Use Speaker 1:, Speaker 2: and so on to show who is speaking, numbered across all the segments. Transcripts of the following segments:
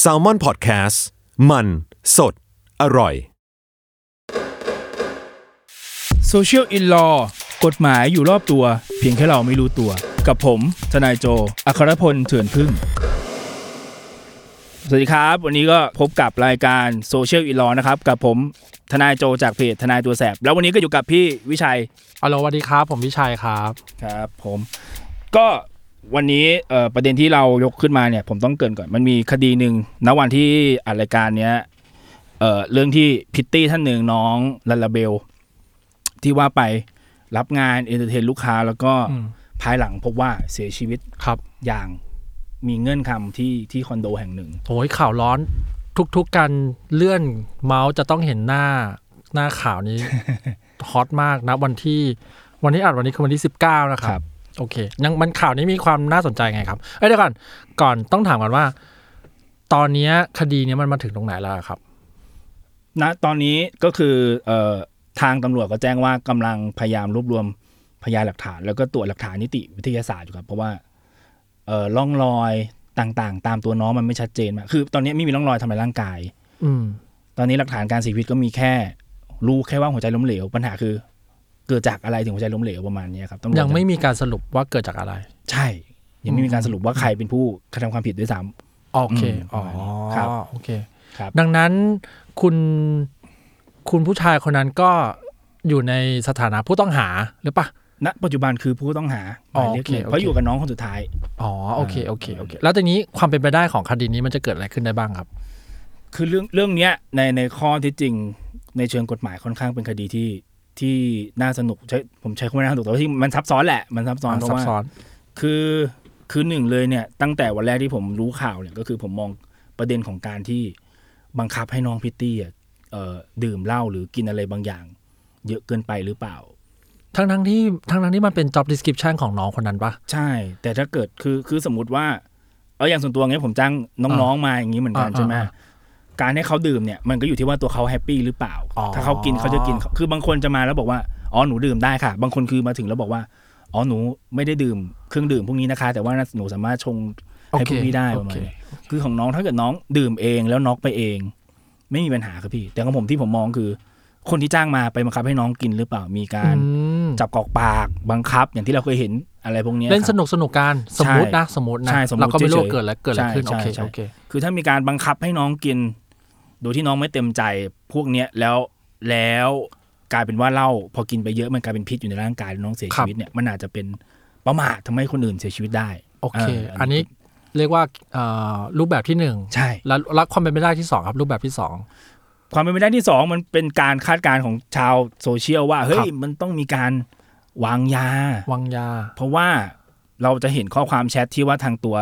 Speaker 1: แซลมอนพอดแคสต์มันสดอร่อย
Speaker 2: Social in Law กฎหมายอยู่รอบตัว เพียงแค่เราไม่รู้ตัว กับผม ทนายโจ อัครพลเถื่อนพึ่ง สวัสดีครับ วันนี้ก็พบกับรายการ Social in Law นะครับ กับผม ทนายโจจากเพจทนายตัวแสบ แล้ววันนี้ก็อยู่กับพี่วิชัย
Speaker 3: ฮัลโหลสวัสดีครับ ผมวิชัยครับ
Speaker 2: ครับผมก็วันนี้เอ่อประเด็นที่เรายกขึ้นมาเนี่ย ผมต้องเกรินก่อนมันมีคดีหนึ่งณวันที่อัดรายการเนี้ยเอ่อเรื่องที่พิตตี้ท่านหนึ่งน้องลาลาเบล ที่ว่าไปรับงานเอนเตอร์เทนลูกค้า แล้วก็
Speaker 3: อืม
Speaker 2: ภายหลังพบว่าเสียชีวิต
Speaker 3: ครับ
Speaker 2: อย่างมีเงื่อนคำที่ที่คอนโดแห่งหนึ่ง
Speaker 3: โอ้ยข่าวร้อน ทุกๆการเลื่อนเมาส์จะต้องเห็นหน้าหน้าข่าว นี้ ฮอตมากนะวันที่ วันที่อัดวันนี้คือวันที่ 19 นะค
Speaker 2: ครั
Speaker 3: รับ
Speaker 2: บ
Speaker 3: โอเค ยังมันข่าวนี้มีความน่าสนใจไงครับ เอ้ยเดี๋ยวก่อน ก่อนต้องถามก่อนว่า ตอนเนี้ยคดีเนี้ยมันมาถึงตรงไหนแล้วครับ
Speaker 2: ณตอนนี้ก็คือเอ่อทางตำรวจก็แจ้งว่ากำลังพยายามรวบรวมพยานหลักฐาน แล้วก็ตรวจหลักฐานนิติวิทยาศาสตร์อยู่ครับ เพราะว่าเอ่อร่องรอยต่างๆ ตามตัวน้องมันไม่ชัดเจนมากคือ ตอนนี้ไม่มีร่องรอยทำลายร่างกาย
Speaker 3: อืม
Speaker 2: ตอนนี้หลักฐานการเสียชีวิตก็มีแค่รู้แค่ว่าหัวใจล้มเหลว ปัญหาคือ เกิดจากอะไรถึงหัวใจล้มเหลวประมาณเนี้ยครับตำรวจ
Speaker 3: ยังไม่มีการสรุปว่าเกิดจากอะไร
Speaker 2: ใช่ ยังไม่มีการสรุปว่าใครเป็นผู้กระทำความผิดด้วยซ้
Speaker 3: โอเค
Speaker 2: อืม
Speaker 3: อ๋อ
Speaker 2: ครับ
Speaker 3: โอเค
Speaker 2: ครับ
Speaker 3: ดังนั้นคุณคุณผู้ชายคนนั้นก็อยู่ในสถานะผู้ต้องหาหรือปะ
Speaker 2: ำณปัจจุบันคือผู้ต้องหาหมายเรียก
Speaker 3: อ๋อโอเค
Speaker 2: เลยเพราะ
Speaker 3: โอเค
Speaker 2: อยู่กับน้องคนสุดท้าย
Speaker 3: อ๋อ โอเค โอเค โอเค แล้วทีนี้ความเป็นไปได้ของคดีนี้มันจะเกิดอะไรขึ้นได้บ้างครับ
Speaker 2: คือเรื่องเรื่องเนี้ยในในข้อที่จริงในเชิงกฎหมายค่อนข้างเป็นคดีที่ที่น่าสนุกใช้ผมใช้คำว่าน่าสนุกแต่ว่าที่มันซับซ้อนแหละมันซับซ้อนเพ
Speaker 3: อ่ะ
Speaker 2: ราะ
Speaker 3: ซับ
Speaker 2: ว่า
Speaker 3: ซ้อน
Speaker 2: คือคือหนึ่งเลยเนี่ยตั้งแต่วันแรกที่ผมรู้ข่าวเนี่ยก็คือผมมองประเด็นของการที่บังคับให้น้องพิตตี้อ่ะเอ่อดื่มเหล้าหรือกินอะไรบางอย่าง เยอะเกินไปหรือเปล่า
Speaker 3: ทั้งทั้งที่ทั้งทั้งที่มันเป็น job description ของน้องคนนั้นปะ
Speaker 2: ใช่ แต่ถ้าเกิดคือคือสมมติว่าเอาอย่างส่วนตัวเงี้ยผมจ้างน้องๆมาอย่างนี้เหมือนกัน
Speaker 3: อ่า
Speaker 2: ใช่ไหม
Speaker 3: อ่า
Speaker 2: การให้เขาดื่มเนี่ยมันก็อยู่ที่ว่าตัวเขาแฮปปี้หรือเปล่า
Speaker 3: อ๋อ
Speaker 2: ถ้าเขากินเขาจะกินคือบางคนจะมาแล้วบอกว่าอ๋อหนูดื่มได้ค่ะ บางคนคือมาถึงแล้วบอกว่าอ๋อหนูไม่ได้ดื่มเครื่องดื่มพวกนี้นะคะ แต่ว่าหนูสามารถชงให้พวกนี้ได้
Speaker 3: โอ
Speaker 2: ประมา
Speaker 3: เค
Speaker 2: ณนี้คือของน้องถ้าเกิดน้องดื่มเองแล้วน็อกไปเอง ไม่มีปัญหาครับพี่ แต่ของผมที่ผมมองคือ คนที่จ้างมาไปบังคับให้น้องกินหรือเปล่ามีการ
Speaker 3: อืม
Speaker 2: จับกอกปากบังคับ อย่างที่เราเคยเห็นอะไรพวกเนี้ย
Speaker 3: เล่น
Speaker 2: ครับ
Speaker 3: สนุกสนุกกันสมมตินะสมมตินะ
Speaker 2: ใช่สมมุติ
Speaker 3: เราก็ไม่รู้ว่า
Speaker 2: เฉยๆ
Speaker 3: เกิดอะไรเกิดอะไรขึ้น
Speaker 2: ใช่
Speaker 3: โอเค
Speaker 2: ใช่
Speaker 3: โอเค
Speaker 2: คือถ้ามีการบังคับให้น้องกิน โดยที่น้องไม่เต็มใจพวกเนี้ยแล้วแล้วกลายเป็นว่าเหล้าพอกินไปเยอะมันกลายเป็นพิษอยู่ในร่างกายแล้วน้องเสีย
Speaker 3: ครั
Speaker 2: ชี
Speaker 3: บ
Speaker 2: วิตเนี่ยมันอาจจะเป็นประมาททำให้คนอื่นเสียชีวิตได้
Speaker 3: โอเค
Speaker 2: า
Speaker 3: อันนี้เรียกว่าเอ่อรูปแบบที่หนึ่ง
Speaker 2: ใช่
Speaker 3: แล้วแล้วความเป็นไปได้ที่สองครับรูปแบบที่สอง
Speaker 2: ความเป็นไปได้ที่สองมันเป็นการคาดการณ์ของชาวโซเชียลว่าเฮ้
Speaker 3: ครั
Speaker 2: ย
Speaker 3: บ
Speaker 2: มันต้องมีการวางยา
Speaker 3: วางยา
Speaker 2: เพราะว่าเราจะเห็นข้อความแชทที่ว่าทางตัว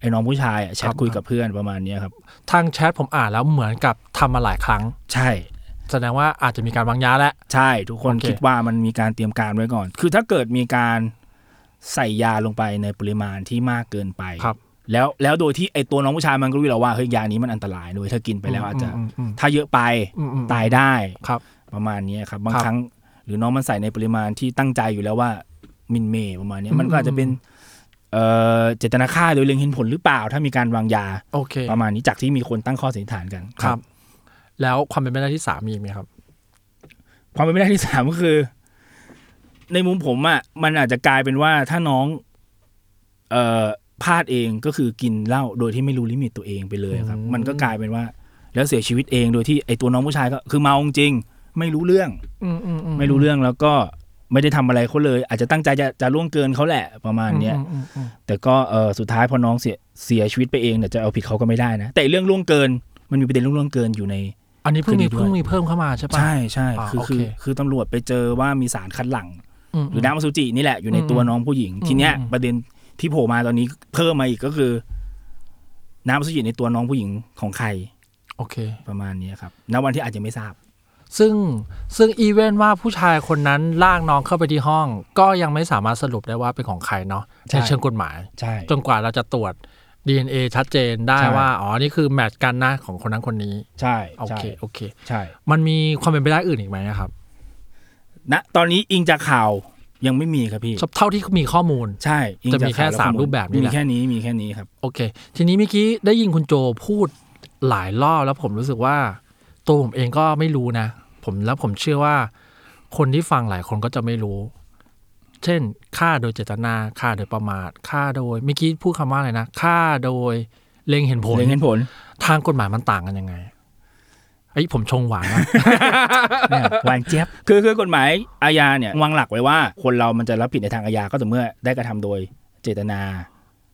Speaker 2: ไอ้น้องผู้ชายอะแช
Speaker 3: ค
Speaker 2: ท
Speaker 3: รับ
Speaker 2: คุยกับเพื่อนประมาณเนี้ยครับ
Speaker 3: ทางแชทผมอ่านแล้วเหมือนกับทำมาหลายครั้ง
Speaker 2: ใช่
Speaker 3: แสดงว่าอาจจะมีการวางยาแล้ว
Speaker 2: ใช่ทุกคน
Speaker 3: โอเค
Speaker 2: คิดว่ามันมีการเตรียมการไว้ก่อน คือถ้าเกิดมีการใส่ยาลงไปในปริมาณที่มากเกินไป
Speaker 3: ครับ
Speaker 2: แล้วแล้วโดยที่ไอตัวน้องผู้ชายมันก็รู้อยู่แล้วว่าเฮ้ยยานี้มันอันตรายด้วยถ้ากินไปแล้วอาจจะ
Speaker 3: มอืม
Speaker 2: ถ้าเยอะไป
Speaker 3: อืมอืม
Speaker 2: ตายได้
Speaker 3: ครับ
Speaker 2: ประมาณนี้ครับ บาง
Speaker 3: ครับ
Speaker 2: ครั้ง หรือน้องมันใส่ในปริมาณที่ตั้งใจอยู่แล้วว่ามินเมย์ประมาณนี้
Speaker 3: อืม
Speaker 2: มันก็อาจจะเป็น
Speaker 3: อืม
Speaker 2: เอ่อเจตนาฆ่าโดยเล็งเห็นผลหรือเปล่า ถ้ามีการวางยา
Speaker 3: โอเค
Speaker 2: ประมาณนี้จากที่มีคนตั้งข้อสันนิษฐานกัน
Speaker 3: ครับ แล้วความเป็นไปได้ที่สามมีอีกไหมครับ
Speaker 2: ความเป็นไปได้ที่สามก็คือ ในมุมผมอะ่ะมันอาจจะกลายเป็นว่าถ้าน้อง เอ่อพลาดเองก็คือกินเหล้าโดยที่ไม่รู้ลิมิตตัวเองไปเลยครับ
Speaker 3: อืม
Speaker 2: มันก็กลายเป็นว่า แล้วเสียชีวิตเองโดยที่ไอตัวน้องผู้ชายก็คือเมาจริงๆไม่รู้เรื่อง
Speaker 3: อืมอือื
Speaker 2: ไม่รู้เรื่องแล้วก็ไม่ได้ทำอะไรเขาเลย อาจจะตั้งใจจะจะล่วงเกินเขาแหละประมาณเนี้ย
Speaker 3: มอืมอืม
Speaker 2: แต่ก็เออสุดท้ายพอน้องเสียเสียชีวิตไปเองเนี่ยจะเอาผิดเขาก็ไม่ได้นะแต่เรื่องล่วงเกิน มันมีประเด็นเรื่องล่วงเกินอยู่ใน
Speaker 3: อันนี้เพิ่ง
Speaker 2: ค
Speaker 3: มี
Speaker 2: ดีด้วย
Speaker 3: เพิ่งมีเพิ่มเข้ามาใช่ปะ
Speaker 2: ใช่ใช่
Speaker 3: อ่า
Speaker 2: คือ
Speaker 3: โอเค
Speaker 2: คือคือตำรวจไปเจอว่ามีสารคัดหลั่ง
Speaker 3: ม
Speaker 2: หรือน้ำอสุจินี่แหละอยู่ใน
Speaker 3: อืม
Speaker 2: ตัวน้องผู้หญิง
Speaker 3: อืม
Speaker 2: ทีเนี้ย
Speaker 3: อืม
Speaker 2: ประเด็นที่โผล่มาตอนนี้เพิ่มมาอีกก็คือ น้ำอสุจิในตัวน้องผู้หญิงของใคร
Speaker 3: โอเค
Speaker 2: ประมาณนี้ครับณวันที่อาจจะไม่ทราบ
Speaker 3: ซึ่งซึ่งอีเวนว่าผู้ชายคนนั้นลากน้องเข้าไปที่ห้อง ก็ยังไม่สามารถสรุปได้ว่าเป็นของใครเนาะ
Speaker 2: ใช่
Speaker 3: ในเชิงกฎหมาย
Speaker 2: ใช่
Speaker 3: จนกว่าเราจะตรวจ DNA ชัดเจนได้
Speaker 2: ใช่
Speaker 3: ว่าอ๋อนี่คือแมทกันนะของคนนั้นคนนี้
Speaker 2: ใช่
Speaker 3: โอ
Speaker 2: ใช่
Speaker 3: เคโอเค
Speaker 2: ใช่
Speaker 3: มันมีความเป็นไปได้อื่นอีกไหมนะครับ
Speaker 2: ณตอนนี้อิงจากข่าว ยังไม่มีครับพี่
Speaker 3: เท่าที่มีข้อมูล
Speaker 2: ใช่อิง
Speaker 3: จะมี
Speaker 2: ก
Speaker 3: แค่
Speaker 2: ข่ว
Speaker 3: สาม
Speaker 2: ข้อล
Speaker 3: รูปแบบนี้
Speaker 2: มี
Speaker 3: นะ
Speaker 2: แค่นี้มีแค่นี้ครับ
Speaker 3: โอเค ทีนี้เมื่อกี้ได้ยินคุณโจพูดหลายรอบแล้วผมรู้สึกว่า ตัวผมเองก็ไม่รู้นะ ผมแล้วผมเชื่อว่า คนที่ฟังหลายคนก็จะไม่รู้ เช่นฆ่าโดยเจตนาฆ่าโดยประมาทฆ่าโดยเมื่อกี้พูดคำว่าอะไรนะฆ่าโดยเล็งเห็นผล
Speaker 2: เล็งเห็นผล
Speaker 3: ทางกฎหมายมันต่างกันยังไงไอ้ยผมชงหวานมาก
Speaker 2: เนี่ยหวานเจี๊ยบ คือคือกฎหมายอาญาเนี่ยวางหลักไว้ว่า คนเรามันจะรับผิดในทางอาญาก็ต่อเมื่อได้กระทำโดยเจตนา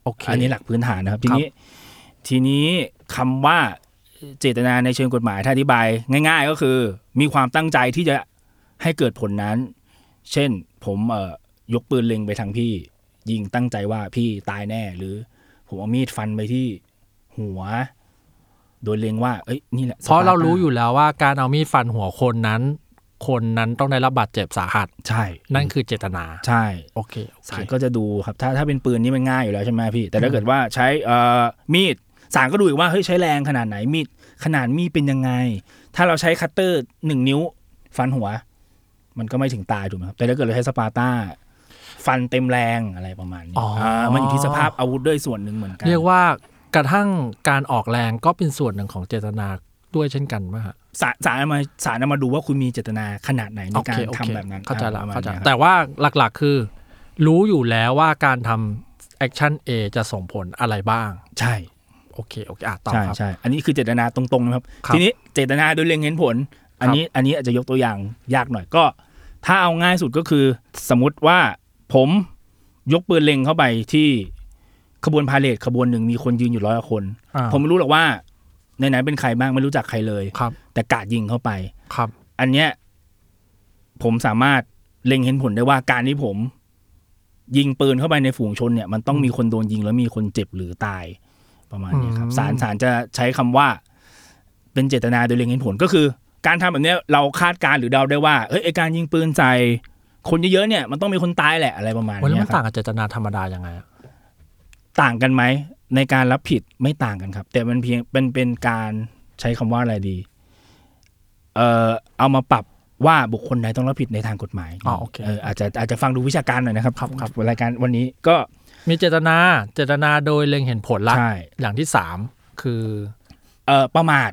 Speaker 3: โอเค
Speaker 2: อันนี้หลักพื้นฐานนะครับ
Speaker 3: ครั
Speaker 2: ที
Speaker 3: บ
Speaker 2: นี้ทีนี้คำว่าเจตนาในเชิงกฎหมายถ้าอธิบาย ง่าย ๆ ก็คือ มีความตั้งใจที่จะให้เกิดผลนั้น เช่นผมเอ่อยกปืนเล็งไปทางพี่ ยิงตั้งใจว่าพี่ตายแน่ หรือ ผมเอามีดฟันไปที่หัว โดยเล็งว่า เอ้ยนี่แหละ
Speaker 3: เพราะเรารู้
Speaker 2: สปต
Speaker 3: อยู่แล้วว่าการเอามีดฟันหัวคนนั้น คนนั้นต้องได้รับบาดเจ็บสาหัส
Speaker 2: ใช่
Speaker 3: นั่นคือเจตนา
Speaker 2: ใช่
Speaker 3: โอเคโอเค
Speaker 2: ศาลก็จะดูครับถ้าถ้าเป็นปืนนี่มันง่ายอยู่แล้วใช่ไหมพี่ แต่ถ้าเกิดว่าใช้เอ่อมีดศาลก็ดูอีกว่าเฮ้ยใช้แรงขนาดไหนมีดขนาดมีดเป็นยังไง ถ้าเราใช้คัตเตอร์หนึ่งนิ้ว ฟันหัว มันก็ไม่ถึงตายถูกไหมครับแต่ถ้าเกิดเราใช้สปาร์ต้า ฟันเต็มแรงอะไรประมาณนี้
Speaker 3: อ๋ออ่
Speaker 2: ามันอยู่ที่สภาพอาวุธด้วยส่วนหนึ่งเหมือนกัน
Speaker 3: เรียกว่ากระทั่งการออกแรงก็เป็นส่วนหนึ่งของเจตนาด้วยเช่นกันป่ะฮะ
Speaker 2: ศาลศาลเอามาศาลเอามาดูว่าคุณมีเจตนาขนาดไหนใน
Speaker 3: โอ
Speaker 2: การ
Speaker 3: เคโอ
Speaker 2: ทำ
Speaker 3: เค
Speaker 2: แบบนั้น
Speaker 3: เข้าใจละ
Speaker 2: อ่ประมณ
Speaker 3: เข้าใจ
Speaker 2: นี้ยครับ
Speaker 3: แต่ว่าหลักๆคือ รู้อยู่แล้วว่าการทำแอคชั่น A จะส่งผลอะไรบ้าง
Speaker 2: ใช่
Speaker 3: โอเคโอเคอ่ะต่อ
Speaker 2: ใช่
Speaker 3: ครับ
Speaker 2: ใช่ อันนี้คือเจตนาตรงๆนะครับ
Speaker 3: ครับ
Speaker 2: ทีนี้เจตนาโดยเล็งเห็นผล อันนี้อันนี้อาจจะยกตัวอย่างยากหน่อยก็ ถ้าเอาง่ายสุดก็คือสมมติว่าผมยกปืนเล็งเข้าไปที่ขบวนพาเลทขบวนหนึ่งมีคนยืนอยู่ร้อยกว่าคน
Speaker 3: อ่า
Speaker 2: ผมไม่รู้หรอกว่าในนั้นเป็นใครบ้างไม่รู้จักใครเลย
Speaker 3: ครับ
Speaker 2: แต่กราดยิงเข้าไป
Speaker 3: ครับ
Speaker 2: อันเนี้ยผมสามารถเล็งเห็นผลได้ว่าการที่ผม ยิงปืนเข้าไปในฝูงชนเนี่ย มันต้องมีคนโดนยิงแล้วมีคนเจ็บหรือตาย ประมาณเนี้ยครับศาลศาลจะใช้คำว่า เป็นเจตนาโดยเล็งเห็นผลก็คือ การทำแบบเนี้ยเราคาดการณ์หรือเดาได้ว่าเอ้ยไอ้การยิงปืนใส่คนเยอะๆเนี่ย มันต้องมีคนตายแหละอะไรประมาณ
Speaker 3: วันนี้
Speaker 2: เนี้
Speaker 3: มั
Speaker 2: ย
Speaker 3: น
Speaker 2: ค
Speaker 3: ต่า
Speaker 2: รับ
Speaker 3: งกับเจตนาธรรมดายังไงอะ
Speaker 2: ต่างกันไหมในการรับผิดไม่ต่างกันครับ แต่มันเพียงเป็นเป็นการใช้คำว่าอะไรดี เอ่อเอามาปรับว่าบุคคลใดต้องรับผิดในทางกฎหมาย
Speaker 3: อ๋อโอเค
Speaker 2: เอออาจจะอาจจะฟังดูวิชาการหน่อยนะครับ
Speaker 3: ครับครับ
Speaker 2: รายการวันนี้ก็
Speaker 3: มีเจตนาเจตนาโดยเล็งเห็นผลลักษณ์
Speaker 2: ใช่
Speaker 3: อย่างที่สามคือ
Speaker 2: เอ่อประมาท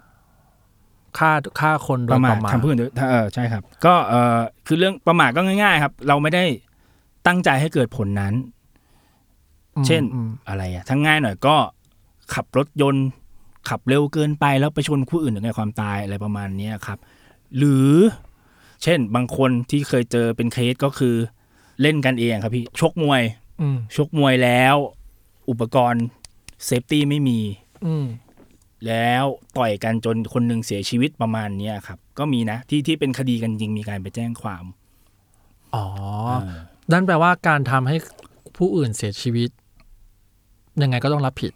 Speaker 3: ฆ่าฆ่าคนโด
Speaker 2: ป
Speaker 3: ย
Speaker 2: ระ
Speaker 3: ป
Speaker 2: มาท
Speaker 3: ระมาท
Speaker 2: ทำผู้อื่นโดยเออใช่ครับ ก็เออคือเรื่องประมาทก็ง่าย ๆ ครับ เราไม่ได้ตั้งใจให้เกิดผลนั้น
Speaker 3: อืม
Speaker 2: เช่น
Speaker 3: อืม
Speaker 2: อะไรอะทั้งง่ายหน่อยก็ขับรถยนต์ ขับเร็วเกินไปแล้วไปชนคู่อื่นถึงแก่ความตายอะไรประมาณเนี้ยครับ หรือ เช่นบางคนที่เคยเจอเป็นเคสก็คือเล่นกันเองครับพี่ชกมวย
Speaker 3: อืม
Speaker 2: ชกมวยแล้ว อุปกรณ์เซฟตี้ไม่มี
Speaker 3: อืม
Speaker 2: แล้วต่อยกันจนคนหนึ่งเสียชีวิตประมาณเนี้ยครับ ก็มีนะที่ที่เป็นคดีกันจริงมีการไปแจ้งความ
Speaker 3: อ๋อ
Speaker 2: เออ
Speaker 3: นั่นแปลว่าการทำให้ผู้อื่นเสียชีวิต ยังไงก็ต้องรับผิด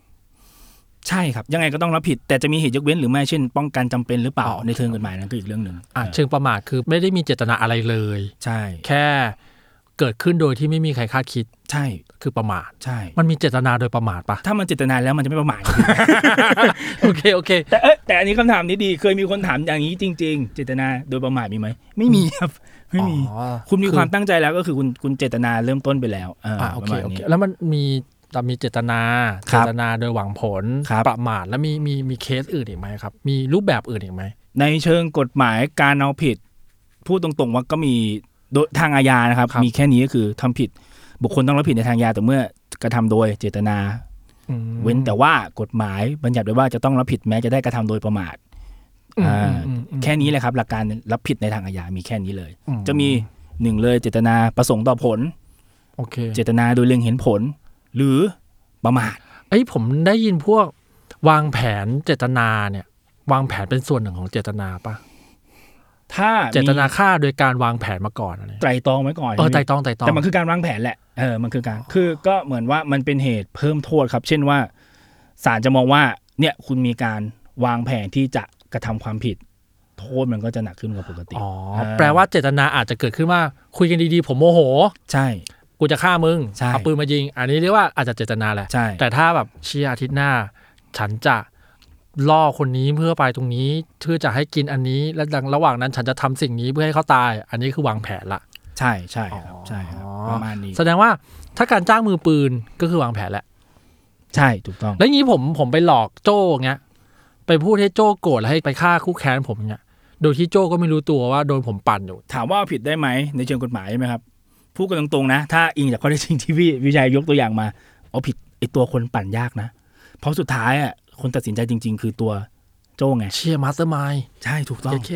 Speaker 2: ใช่ครับ ยังไงก็ต้องรับผิด แต่จะมีเหตุยกเว้นหรือไม่เช่น ป้องกันจำเป็นหรือเปล่า
Speaker 3: อ๋อโอเค
Speaker 2: ในเชิงกฎหมายนั้นก็อีกเรื่องหนึ่ง
Speaker 3: อ่ะเชิงประมาทคือไม่ได้มีเจตนาอะไรเลย
Speaker 2: ใช่
Speaker 3: แค่เกิดขึ้นโดยที่ไม่มีใครคาดคิด
Speaker 2: ใช่
Speaker 3: คือประมาท
Speaker 2: ใช่
Speaker 3: มันมีเจตนาโดยประมาทปะ
Speaker 2: ถ้ามันเจตนาแล้วมันจะไม่ประมาท
Speaker 3: โอเคโอเค
Speaker 2: แต่เอ้ยแต่อันนี้คำถามนี้ดี เคยมีคนถามอย่างนี้จริง ๆ เจตนาโดยประมาทมีไหมไม่มีครับ ไม่มี
Speaker 3: อ๋อ
Speaker 2: คุณมี
Speaker 3: คือ
Speaker 2: ความตั้งใจแล้วก็คือคุณคุณเจตนาเริ่มต้นไปแล้วา
Speaker 3: อ่ะโอเค
Speaker 2: ประมาณ
Speaker 3: โอเค
Speaker 2: นี้
Speaker 3: แล้วมันมีแต่มีเจตนา
Speaker 2: ครั
Speaker 3: เจ
Speaker 2: บ
Speaker 3: ตนาโดยหวังผล
Speaker 2: ครับ
Speaker 3: ประมาทแล้วมีมีมีเคสอื่นอีกไหมครับ มีรูปแบบอื่นอีกไหม
Speaker 2: ในเชิงกฎหมายการเอาผิด พูดตรงๆว่าก็มีโดยทางอาญานะครับ
Speaker 3: ครับ
Speaker 2: มีแค่นี้ก็คือทำผิด บุคคลต้องรับผิดในทางยาแต่เมื่อกระทำโดยเจตนา
Speaker 3: อืม
Speaker 2: เว้นแต่ว่ากฎหมายบัญญัติไว้ว่าจะต้องรับผิดแม้จะได้กระทำโดยประมาท
Speaker 3: อืม
Speaker 2: อ่า
Speaker 3: อืมอืม
Speaker 2: แค่นี้แหละครับ หลักการรับผิดในทางอาญามีแค่นี้เลย
Speaker 3: อืม
Speaker 2: จะมีหนึ่งเลยเจตนาประสงค์ต่อผล
Speaker 3: โอเค
Speaker 2: เจตนาโดยเล็งเห็นผล หรือประมาท
Speaker 3: เอ้ยผมได้ยินพวกวางแผนเจตนาเนี่ย วางแผนเป็นส่วนหนึ่งของเจตนาปะ
Speaker 2: ถ้ามี
Speaker 3: เจตนาฆ่าโดยการวางแผนมาก่อนอะไร
Speaker 2: ไตรตรองไว้ก่อน
Speaker 3: เอ
Speaker 2: ใช่
Speaker 3: อ
Speaker 2: ไหม
Speaker 3: ไต่ตรองไต่ตรอง
Speaker 2: แต่มันคือการวางแผนแหละ เออ มันคือการ คือก็เหมือนว่ามันเป็นเหตุเพิ่มโทษครับ เช่นว่าศาลจะมองว่า เนี่ยคุณมีการวางแผนที่จะกระทำความผิด โทษมันก็จะหนักขึ้นกว่าปกติ
Speaker 3: อ๋ออา แปลว่าเจตนาอาจจะเกิดขึ้นว่า คุยกันดีๆ ผมโมโห
Speaker 2: ใช่
Speaker 3: กูจะฆ่ามึง
Speaker 2: ใช่
Speaker 3: เอาปืนมายิง อันนี้เรียกว่าอาจจะเจตนาแหละ
Speaker 2: ใช่
Speaker 3: แต่ถ้าแบบเชียร์อาทิตย์หน้า ฉันจะล่อคนนี้เพื่อไปตรงนี้เพื่อจะให้กินอันนี้ และดังระหว่างนั้นฉันจะทำสิ่งนี้เพื่อให้เขาตาย อันนี้คือวางแผนละ
Speaker 2: ใช่ใช่ครับใช่ครับประมาณนี้
Speaker 3: แสดงว่าถ้าการจ้างมือปืนก็คือวางแผนแหละ
Speaker 2: ใช่ถูกต้อง
Speaker 3: แล้วงี้ผมผมไปหลอกโจ้เงี้ยไปพูดให้โจ้โกรธแล้วให้ไปฆ่าคู่แค้นผมเงี้ยโดยที่โจ้ก็ไม่รู้ตัวว่าโดนผมปั่นอยู่
Speaker 2: ถามว่าเอาผิดได้ไหมในเชิงกฎหมายใช่ไหมครับพูดกันตรงๆนะ ถ้าอิงจากข้อเท็จจริงที่พี่วิชัยยกตัวอย่างมา เอาผิดไอตัวคนปั่นยากนะ เพราะสุดท้ายอ่ะคนตัดสินใจจริง ๆ คือตัวโจ้ไง
Speaker 3: เชียร์มาสเตอร์มาย
Speaker 2: ใช่ถูกต้อง
Speaker 3: เค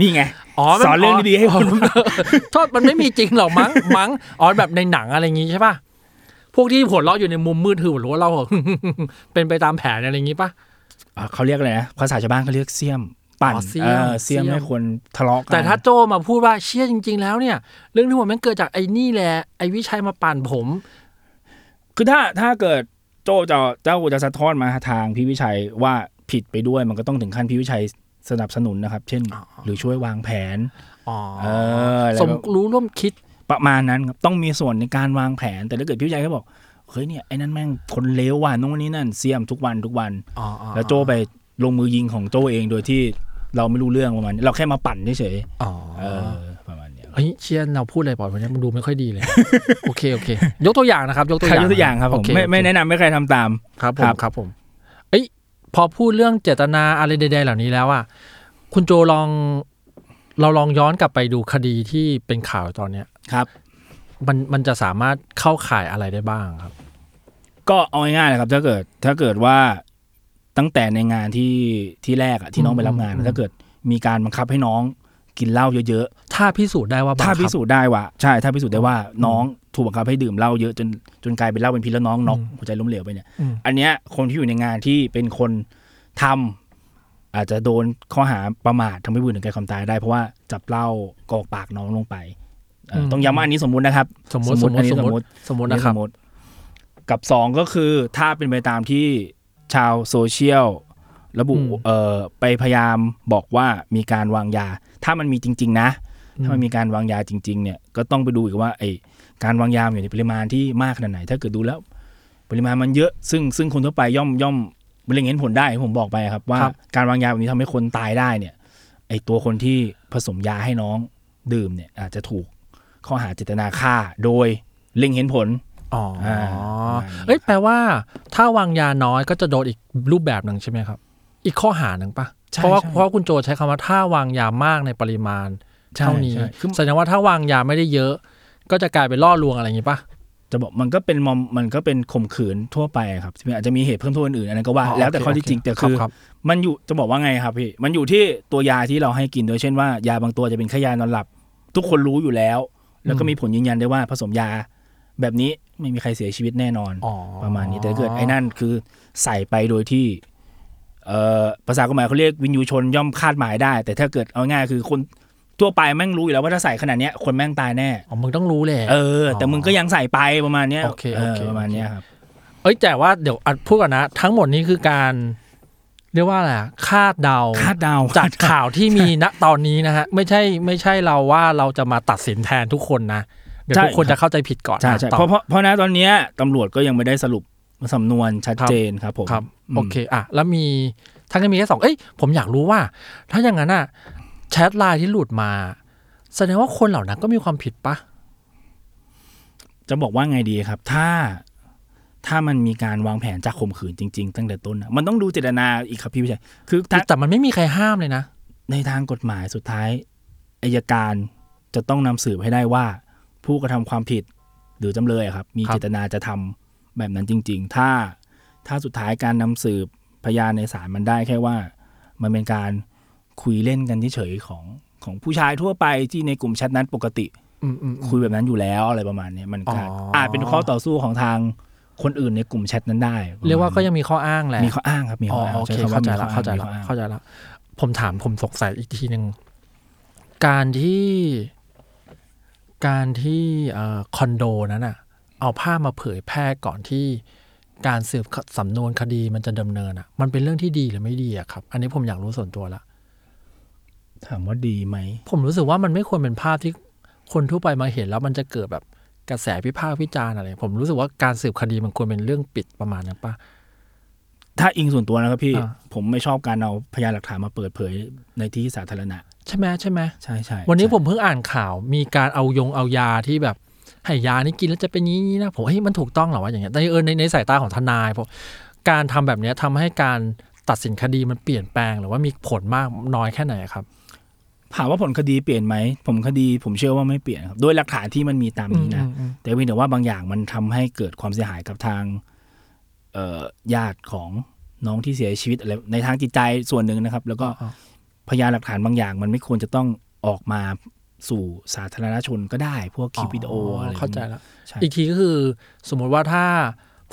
Speaker 2: นี่ไง
Speaker 3: อ๋อมัน
Speaker 2: สอนเรื่องดีๆให้คน
Speaker 3: อ๋อโทษมันไม่มีจริงหรอกมั้งมั้งอ๋อแบบในหนังอะไรอย่างงี้ใช่ป่ะ พวกที่หัวเราะอยู่ในมุมมืดถือหัวเราะ เป็นไปตามแผนอะไรอย่างงี้ป่ะ
Speaker 2: อ่าเขาเรียกอะไรนะภาษาชาวบ้านเขาเรียกเสียม ปั่น
Speaker 3: อ๋อเสี้ยม
Speaker 2: เออเสียม
Speaker 3: เสี้ยม
Speaker 2: ให้คนทะเลาะกัน
Speaker 3: แต่ถ้าโจมาพูดว่าเชี่ยจริง ๆ แล้วเนี่ย เรื่องทั้งหมดมันเกิดจากไอ้นี่แหละไอ้วิชัยมาปั่นผม
Speaker 2: คือถ้าถ้าเกิดโจ้จะเจ้าจะสะท้อนมาทางพี่วิชัยว่าผิดไปด้วยมันก็ต้องถึงขั้นพี่วิชัยสนับสนุนนะครับ เช่น
Speaker 3: อ๋อ
Speaker 2: หรือช่วยวางแผน
Speaker 3: อ๋อ
Speaker 2: เออแล้วก็
Speaker 3: สมรู้ร่วมคิด
Speaker 2: ประมาณนั้นครับต้องมีส่วนในการวางแผน แต่ถ้าเกิดพี่วิชัยเขาบอกเฮ้ยเนี่ยไอ้นั่นแม่งคนเลวว่ะโน่นนี่นั่นเสียมทุกวันทุกวัน
Speaker 3: อ๋ออ๋อ
Speaker 2: แล้วโจ้ไปลงมือยิงของโจ้เองโดยที่เราไม่รู้เรื่องประมาณนี้เราแค่มาปั่นเฉย
Speaker 3: อ๋อ
Speaker 2: ๆเออประมาณเนี้ย
Speaker 3: เฮ้ยเชียนเราพูดอะไรบ่อยวันนี้มันดูไม่ค่อยดี เลย โอเคโอเค ยกตัวอย่างนะครับ ยกตัว
Speaker 2: ใคร
Speaker 3: อย่าง
Speaker 2: ยกตัวอย่างครับผ
Speaker 3: โอ
Speaker 2: มไม่
Speaker 3: เโอเค
Speaker 2: ไม่แนะนำไม่ใครทำตาม
Speaker 3: ครับผ
Speaker 2: ครั
Speaker 3: ม
Speaker 2: บ
Speaker 3: ครับผม เอ้ยพอพูดเรื่องเจตนาอะไรใดๆเหล่านี้แล้วอ่ะคุณโจลอง เราลองย้อนกลับไปดูคดีที่เป็นข่าวตอนเนี้ย
Speaker 2: ครับ
Speaker 3: มันมันจะสามารถเข้าข่ายอะไรได้บ้างครับ
Speaker 2: ก็เอาง่ายๆนะครับถ้าเกิดถ้าเกิดว่าตั้งแต่ในงานที่ที่แรกอะที่น้องไปรับงาน
Speaker 3: อืม
Speaker 2: ถ้าเกิดมีการบังคับให้น้องกินเหล้าเยอะ
Speaker 3: ถ้าพิสูจน์ได้ว่า
Speaker 2: ๆ ถ้าพิสูจน์ได้ว่าใช่ถ้าพิสูจน์ได้ว่าน้องถูกบังคับให้ดื่มเหล้าเยอะจนจนกลายเป็นเหล้าเป็นพิษแล้วน้องน็อกหัวใจล้มเหลวไปเนี่ย อันเนี้ยคนที่อยู่ในงานที่เป็นคนทำอาจจะโดนข้อหาประมาททำให้ผู้อื่นถึงแก่ความตายได้ เพราะว่าจับเหล้ากรอกปากน้องลงไปเอ่อต้องย้ำว่าอันนี้สมมุตินะครับ
Speaker 3: สมมติสมม
Speaker 2: อัน
Speaker 3: ติ
Speaker 2: นี้
Speaker 3: สมม
Speaker 2: สมมุติ
Speaker 3: ติสมมตินะครับ
Speaker 2: อัสมมติกับสองก็คือถ้าเป็นไปตามที่ชาวโซเชียลระบุ
Speaker 3: อืม
Speaker 2: เอ่อไปพยายามบอกว่ามีการวางยา ถ้ามันมีจริง ๆ นะ ถ้ามันมีการวางยาจริง ๆ เนี่ยก็ต้องไปดูอีกว่าไอการวางยามันอยู่ในปริมาณที่มากขนาดไหน ถ้าเกิดดูแล้ว ปริมาณมันเยอะซึ่งซึ่งคนทั่วไปย่อมย่อมมันเล็งเห็นผลได้ที่ผมบอกไปครับ ว่า
Speaker 3: ครับ
Speaker 2: การวางยาแบบนี้ทำให้คนตายได้เนี่ย ไอตัวคนที่ผสมยาให้น้องดื่มเนี่ยอาจจะถูกข้อหาเจตนาฆ่าโดยเล็งเห็นผล
Speaker 3: อ๋ออา เอ้ยแปลว่า ถ้าวางยาน้อยก็จะโดนอีกรูปแบบหนึ่งใช่ไหมครับ อีกข้อหาหนึ่งปะ
Speaker 2: ใช่
Speaker 3: เพราะว่า
Speaker 2: ใช่
Speaker 3: เพราะว่าคุณโจใช้คำว่าถ้าวางยามากในปริมาณ เท่านี้
Speaker 2: ใช่ใช่คือ
Speaker 3: แสดงว่าถ้าวางยาไม่ได้เยอะ ก็จะกลายเป็นล่อลวงอะไรอย่างนี้ปะ
Speaker 2: จะบอกมันก็เป็นมอมมันก็เป็นข่มขืนทั่วไปครับที่อาจจะมีเหตุเพิ่มโทษอื่นๆอันนั้นก็ว่า
Speaker 3: อ๋อ
Speaker 2: แล้วแต่
Speaker 3: โอเค
Speaker 2: ข้อที่จริง
Speaker 3: โอเค
Speaker 2: แต่คือ
Speaker 3: ครับ
Speaker 2: มันอยู่จะบอกว่าไงครับพี่มันอยู่ที่ตัวยาที่เราให้กินโดยเช่นว่ายาบางตัวจะเป็นแค่ยานอนหลับ ทุกคนรู้อยู่แล้ว แล้วก็มีผลยืนยันได้ว่าผสมยา แบบนี้ไม่มีใครเสียชีวิตแน่นอน
Speaker 3: อ๋อ
Speaker 2: ประมาณนี้แต่ถ้าเกิดไอ้นั่นคือใส่ไปโดยที่เอ่อภาษากฎหมายเขาเรียกวินยูชนย่อมคาดหมายได้ แต่ถ้าเกิดเอาง่ายๆคือคนทั่วไปแม่งรู้อยู่แล้วว่าถ้าใส่ขนาดเนี้ยคนแม่งตายแน่
Speaker 3: อ๋อมึงต้องรู้แหละ
Speaker 2: เออ แต่มึงก็ยังใส่ไปประมาณเนี้ย
Speaker 3: โอเคโอเค
Speaker 2: ประมาณเนี้ยครับ
Speaker 3: เอ้ยแต่ว่าเดี๋ยวอัดพูดก่อนนะ ทั้งหมดนี้คือการ เรียกว่าอะไรอะคาดเดา
Speaker 2: คาดเดา
Speaker 3: จากข่าวที่ มีณตอนนี้นะฮะ ไม่ใช่ไม่ใช่เราว่าเราจะมาตัดสินแทนทุกคนนะ เดี๋ยว
Speaker 2: ใช่
Speaker 3: ทุกคนจะเข้าใจผิดก่อน
Speaker 2: ใช่ใช่
Speaker 3: ต่อ
Speaker 2: เพราะเพราะเพราะนะตอนเนี้ยตำรวจก็ยังไม่ได้สรุปสำนวนชัด
Speaker 3: ครับ
Speaker 2: เจนครับผม
Speaker 3: ครับ
Speaker 2: ม
Speaker 3: โอเคอ่ะแล้วมีทั้งก็มีแค่สองเอ้ยผมอยากรู้ว่า ถ้าอย่างนั้นอ่ะแชทไลน์ที่หลุดมา แสดงว่าคนเหล่านั้นก็มีความผิดปะ
Speaker 2: จะบอกว่าไงดีครับ ถ้าถ้ามันมีการวางแผนจากข่มขืนจริง ๆ ตั้งแต่ต้นน่ะมันต้องดูเจตนาอีกครับพี่พิชัยคือถ้า
Speaker 3: แต่มันไม่มีใครห้ามเลยนะ
Speaker 2: ในทางกฎหมายสุดท้ายอายการจะต้องนำสืบให้ได้ว่า ผู้กระทำความผิดหรือจำเลยอะครับ มี
Speaker 3: ครับ
Speaker 2: เจตนาจะทำแบบนั้นจริง ๆ ถ้าถ้าสุดท้ายการนำสืบพยานในศาลมันได้แค่ว่า มันเป็นการคุยเล่นกันเฉยๆของของผู้ชายทั่วไปที่ในกลุ่มแชทนั้นปกติ
Speaker 3: อืมอืมอืม
Speaker 2: คุยแบบนั้นอยู่แล้วอะไรประมาณเนี้ยมันก็
Speaker 3: อ๋ออ
Speaker 2: อาจเป็นข้อต่อสู้ของทางคนอื่นในกลุ่มแชทนั้นได้ประมณ
Speaker 3: เรียกว่าก็ยังมีข้ออ้างแหละ
Speaker 2: มีข้ออ้างครับมี
Speaker 3: อ๋
Speaker 2: ข้
Speaker 3: อ
Speaker 2: ออ้าง
Speaker 3: โอเค
Speaker 2: ช้ำว่
Speaker 3: เข้าใจละ
Speaker 2: มี
Speaker 3: เข้าใจ
Speaker 2: อ้งมี
Speaker 3: ละ
Speaker 2: ข้ออ้ง
Speaker 3: เข้าใจละผมถามผมสงสัยอีกทีหนึ่งการที่การที่เอ่อคอนโดนั้นอ่ะ เอาภาพมาเผยแพร่ก่อนที่การสืบสำนวนคดีมันจะดำเนินอ่ะ มันเป็นเรื่องที่ดีหรือไม่ดีอ่ะครับ อันนี้ผมอยากรู้ส่วนตัวละ
Speaker 2: ถามว่าดีไหม
Speaker 3: ผมรู้สึกว่ามันไม่ควรเป็นภาพที่คนทั่วไปมาเห็นแล้วมันจะเกิดแบบกระแสพิพากษ์วิจารณ์อะไร ผมรู้สึกว่าการสืบคดีมันควรเป็นเรื่องปิดประมาณนั้นปะ
Speaker 2: ถ้าอิงส่วนตัวนะครับพี่
Speaker 3: อ่า
Speaker 2: ผมไม่ชอบการเอาพยานหลักฐานมาเปิดเผยในที่สาธารณะ
Speaker 3: ใช่ไหมใช่ไหม
Speaker 2: ใช่ใช่
Speaker 3: วันนี้
Speaker 2: ใช่
Speaker 3: ผมเพิ่งอ่านข่าว มีการเอายงเอายาที่แบบให้ยานี้กินแล้วจะเป็นอย่างนี้นะผมเฮ้ยมันถูกต้องเหรอวะอย่างเงี้ยแต่เออในในสายตาของทนายผมการทำแบบเนี้ยทำให้การตัดสินคดีมันเปลี่ยนแปลงหรือว่ามีผลมากน้อยแค่ไหนครับ
Speaker 2: ถามว่าผลคดีเปลี่ยนไหมผมคดีผมเชื่อว่าไม่เปลี่ยนครับด้วยหลักฐานที่มันมีตามนี้นะ แต่เพียงแต่ว่าบางอย่างมันทำให้เกิดความเสียหายกับทางเอ่อญาติของน้องที่เสียชีวิตอะไรในทางจิตใจส่วนหนึ่งนะครับ แล้วก็
Speaker 3: อ่า
Speaker 2: พยานหลักฐานบางอย่าง มันไม่ควรจะต้องออกมาสู่สาธารณชนก็ได้ พวกคลิปวิดีโออะไร
Speaker 3: เข้าใจแล้ว
Speaker 2: ใช่
Speaker 3: อีกทีก็คือสมมุติว่าถ้า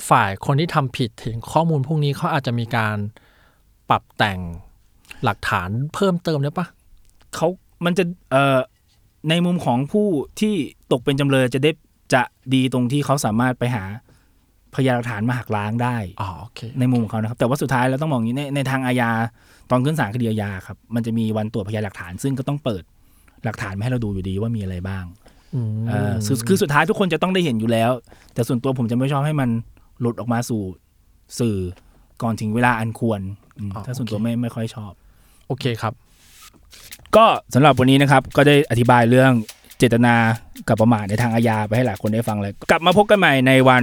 Speaker 3: ฝ่ายคนที่ทำผิดถึงข้อมูลพวกนี้เขาอาจจะมีการปรับแต่งหลักฐานเพิ่มเติมได้ปะ
Speaker 2: เขามันจะเอ่อในมุมของผู้ที่ตกเป็นจำเลยจะได้จะดีตรงที่เขาสามารถไปหาพยานหลักฐานมาหักล้างได้
Speaker 3: อ๋อโอเค
Speaker 2: ในมุมของเขานะครับแต่ว่าสุดท้ายเราต้องมองอย่างนี้ในในทางอาญาตอนขึ้นศาลคดีอาญาครับมันจะมีวันตรวจพยานหลักฐาน ซึ่งก็ต้องเปิดหลักฐานมาให้เราดูอยู่ดีว่ามีอะไรบ้าง
Speaker 3: อืม
Speaker 2: เอ่อคือคือสุดท้ายทุกคนจะต้องได้เห็นอยู่แล้ว แต่ส่วนตัวผมจะไม่ชอบให้มันหลุดออกมาสู่สื่อก่อนถึงเวลาอันควรอืม
Speaker 3: อ๋อ
Speaker 2: ถ้าส่วนตัว
Speaker 3: โอเค
Speaker 2: ไม่ไม่ค่อยชอบ
Speaker 3: โอเคครับ
Speaker 2: ก็สำหรับวันนี้นะครับ ก็ได้อธิบายเรื่องเจตนากับประมาทในทางอาญาไปให้หลายคนได้ฟังเลย กลับมาพบกันใหม่ในวัน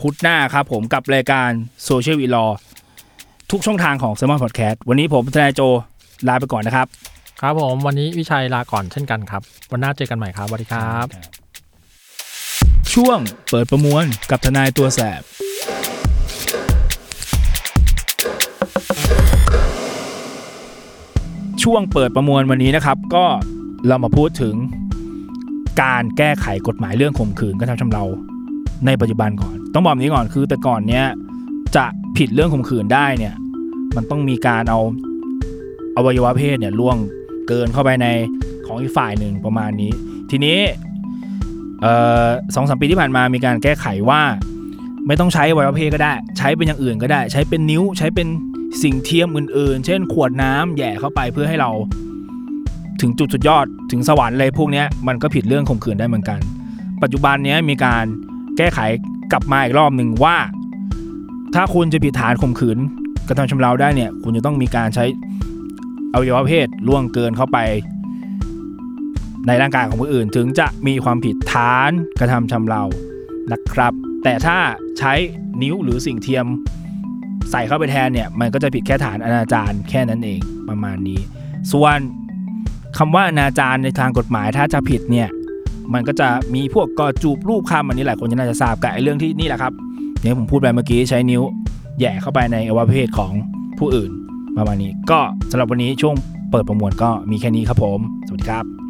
Speaker 2: พุธหน้าครับผมกับรายการโซเชียลวีลอทุกช่องทางของ s ซมอนพอดแคสต์วันนี้ผมทนายโจลาไปก่อนนะครับ
Speaker 3: ครับผมวันนี้วิชัยลาก่อนเช่นกันครับ วันหน้าเจอกันใหม่ครับสวัสดีครับ
Speaker 2: ช่วงเปิดประมวลกับทนายตัวแสบ ช่วงเปิดประมวลวันนี้นะครับ ก็เรามาพูดถึงการแก้ไขกฎหมายเรื่องข่มขืนกระทำชำเราในปัจจุบันก่อน ต้องบอกแบบนี้ก่อนคือ แต่ก่อนเนี้ยจะผิดเรื่องข่มขืนได้เนี่ย มันต้องมีการเอาอวัยวะเพศเนี่ยล่วงเกินเข้าไปในของอีกฝ่ายหนึ่งประมาณนี้ ทีนี้ เอ่อสองสามปีที่ผ่านมามีการแก้ไขว่า ไม่ต้องใช้ไวรัสเพศก็ได้ ใช้เป็นอย่างอื่นก็ได้ ใช้เป็นนิ้ว ใช้เป็นสิ่งเทียมอื่นๆ เช่น ขวดน้ำแหย่เข้าไปเพื่อให้เรา ถึงจุดสุดยอดถึงสวรรค์อะไรพวกเนี้ยมันก็ผิดเรื่องข่มขืนได้เหมือนกัน ปัจจุบันเนี้ยมีการแก้ไขกลับมาอีกรอบหนึ่งว่า ถ้าคุณจะผิดฐานข่มขืนกระทำชำเราได้เนี่ย คุณจะต้องมีการใช้อวัยวะเพศล่วงเกินเข้าไป ในร่างกายของผู้อื่นถึงจะมีความผิดฐานกระทำชำเรานะครับ แต่ถ้าใช้นิ้วหรือสิ่งเทียมใส่เข้าไปแทนเนี่ย มันก็จะผิดแค่ฐานอนาจารแค่นั้นเองประมาณนี้ ส่วนคำว่าอนาจารในทางกฎหมายถ้าจะผิดเนี่ย มันก็จะมีพวกกอจูบรูปคำอันนี้หลายคนจะน่าจะทราบกับไอ้เรื่องที่นี่แหละครับเนี่ยผมพูดไปเมื่อกี้ใช้นิ้วแหย่เข้าไปในอวัยวะเพศของผู้อื่นประมาณนี้ ก็สำหรับวันนี้ช่วงเปิดประมวลก็มีแค่นี้ครับผม สวัสดีครับ